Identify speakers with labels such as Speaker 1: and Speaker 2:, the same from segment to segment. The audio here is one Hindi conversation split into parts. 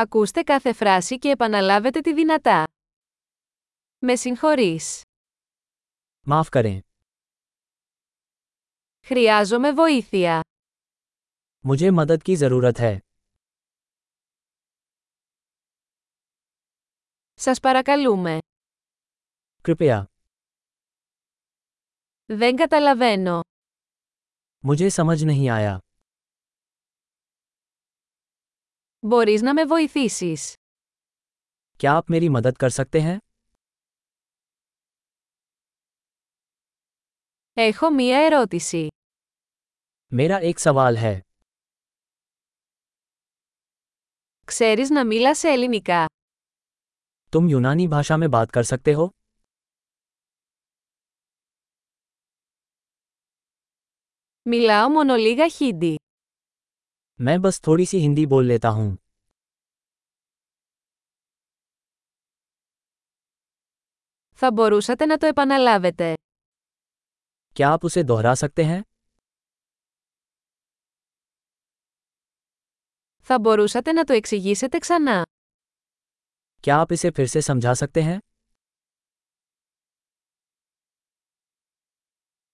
Speaker 1: Ακούστε κάθε φράση και επαναλάβετε τη δυνατά. Με συγχωρείς.
Speaker 2: माफ करें
Speaker 1: Χρειάζομαι βοήθεια.
Speaker 2: मुझे मदद की जरूरत है
Speaker 1: Σας παρακαλούμε.
Speaker 2: कृपया
Speaker 1: Δεν καταλαβαίνω.
Speaker 2: मुझे समझ नहीं आया
Speaker 1: Μπορείς να με βοηθήσεις.
Speaker 2: क्या आप मेरी मदद कर सकते हैं
Speaker 1: Έχω μία ερώτηση.
Speaker 2: मेरा एक सवाल है
Speaker 1: Ξέρεις να μίλας ελληνικά.
Speaker 2: तुम यूनानी भाषा में बात कर सकते हो
Speaker 1: Μιλάω μόνο λίγα χίντι.
Speaker 2: मैं बस थोड़ी सी हिंदी बोल लेता हूँ
Speaker 1: Θα μπορούσατε να το επαναλάβετε.
Speaker 2: क्या आप उसे दोहरा सकते हैं
Speaker 1: Θα μπορούσατε να το εξηγήσετε ξανά.
Speaker 2: क्या आप इसे फिर से समझा सकते हैं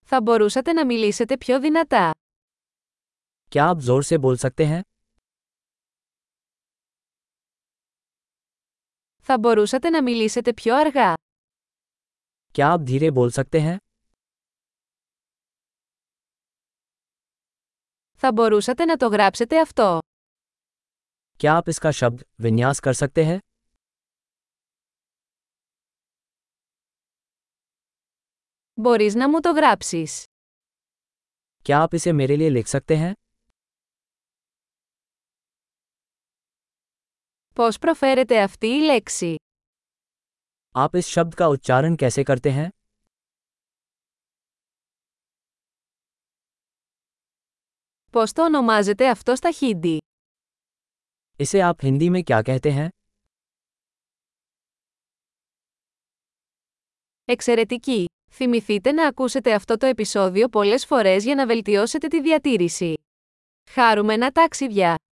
Speaker 1: Θα μπορούσατε να μιλήσετε πιο δυνατά.
Speaker 2: क्या आप जोर से बोल सकते हैं
Speaker 1: Θα μπορούσατε να μιλήσετε πιο αργά.
Speaker 2: क्या आप धीरे बोल सकते हैं
Speaker 1: Θα μπορούσατε να το γράψετε αυτό.
Speaker 2: क्या आप इसका शब्द विन्यास कर सकते हैं
Speaker 1: Μπορείς να μου το γράψεις.
Speaker 2: क्या आप इसे मेरे लिए लिख सकते हैं
Speaker 1: Πώς προφέρεται αυτή η λέξη.
Speaker 2: आप इस शब्द का उच्चारण कैसे करते हैं
Speaker 1: Πώς το ονομάζετε αυτό στα χίντι.
Speaker 2: इसे आप हिंदी में क्या कहते हैं
Speaker 1: Εξαιρετική! Θυμηθείτε να ακούσετε αυτό το επεισόδιο πολλές φορές για να βελτιώσετε τη διατήρηση. Χάρουμενα ταξίδια!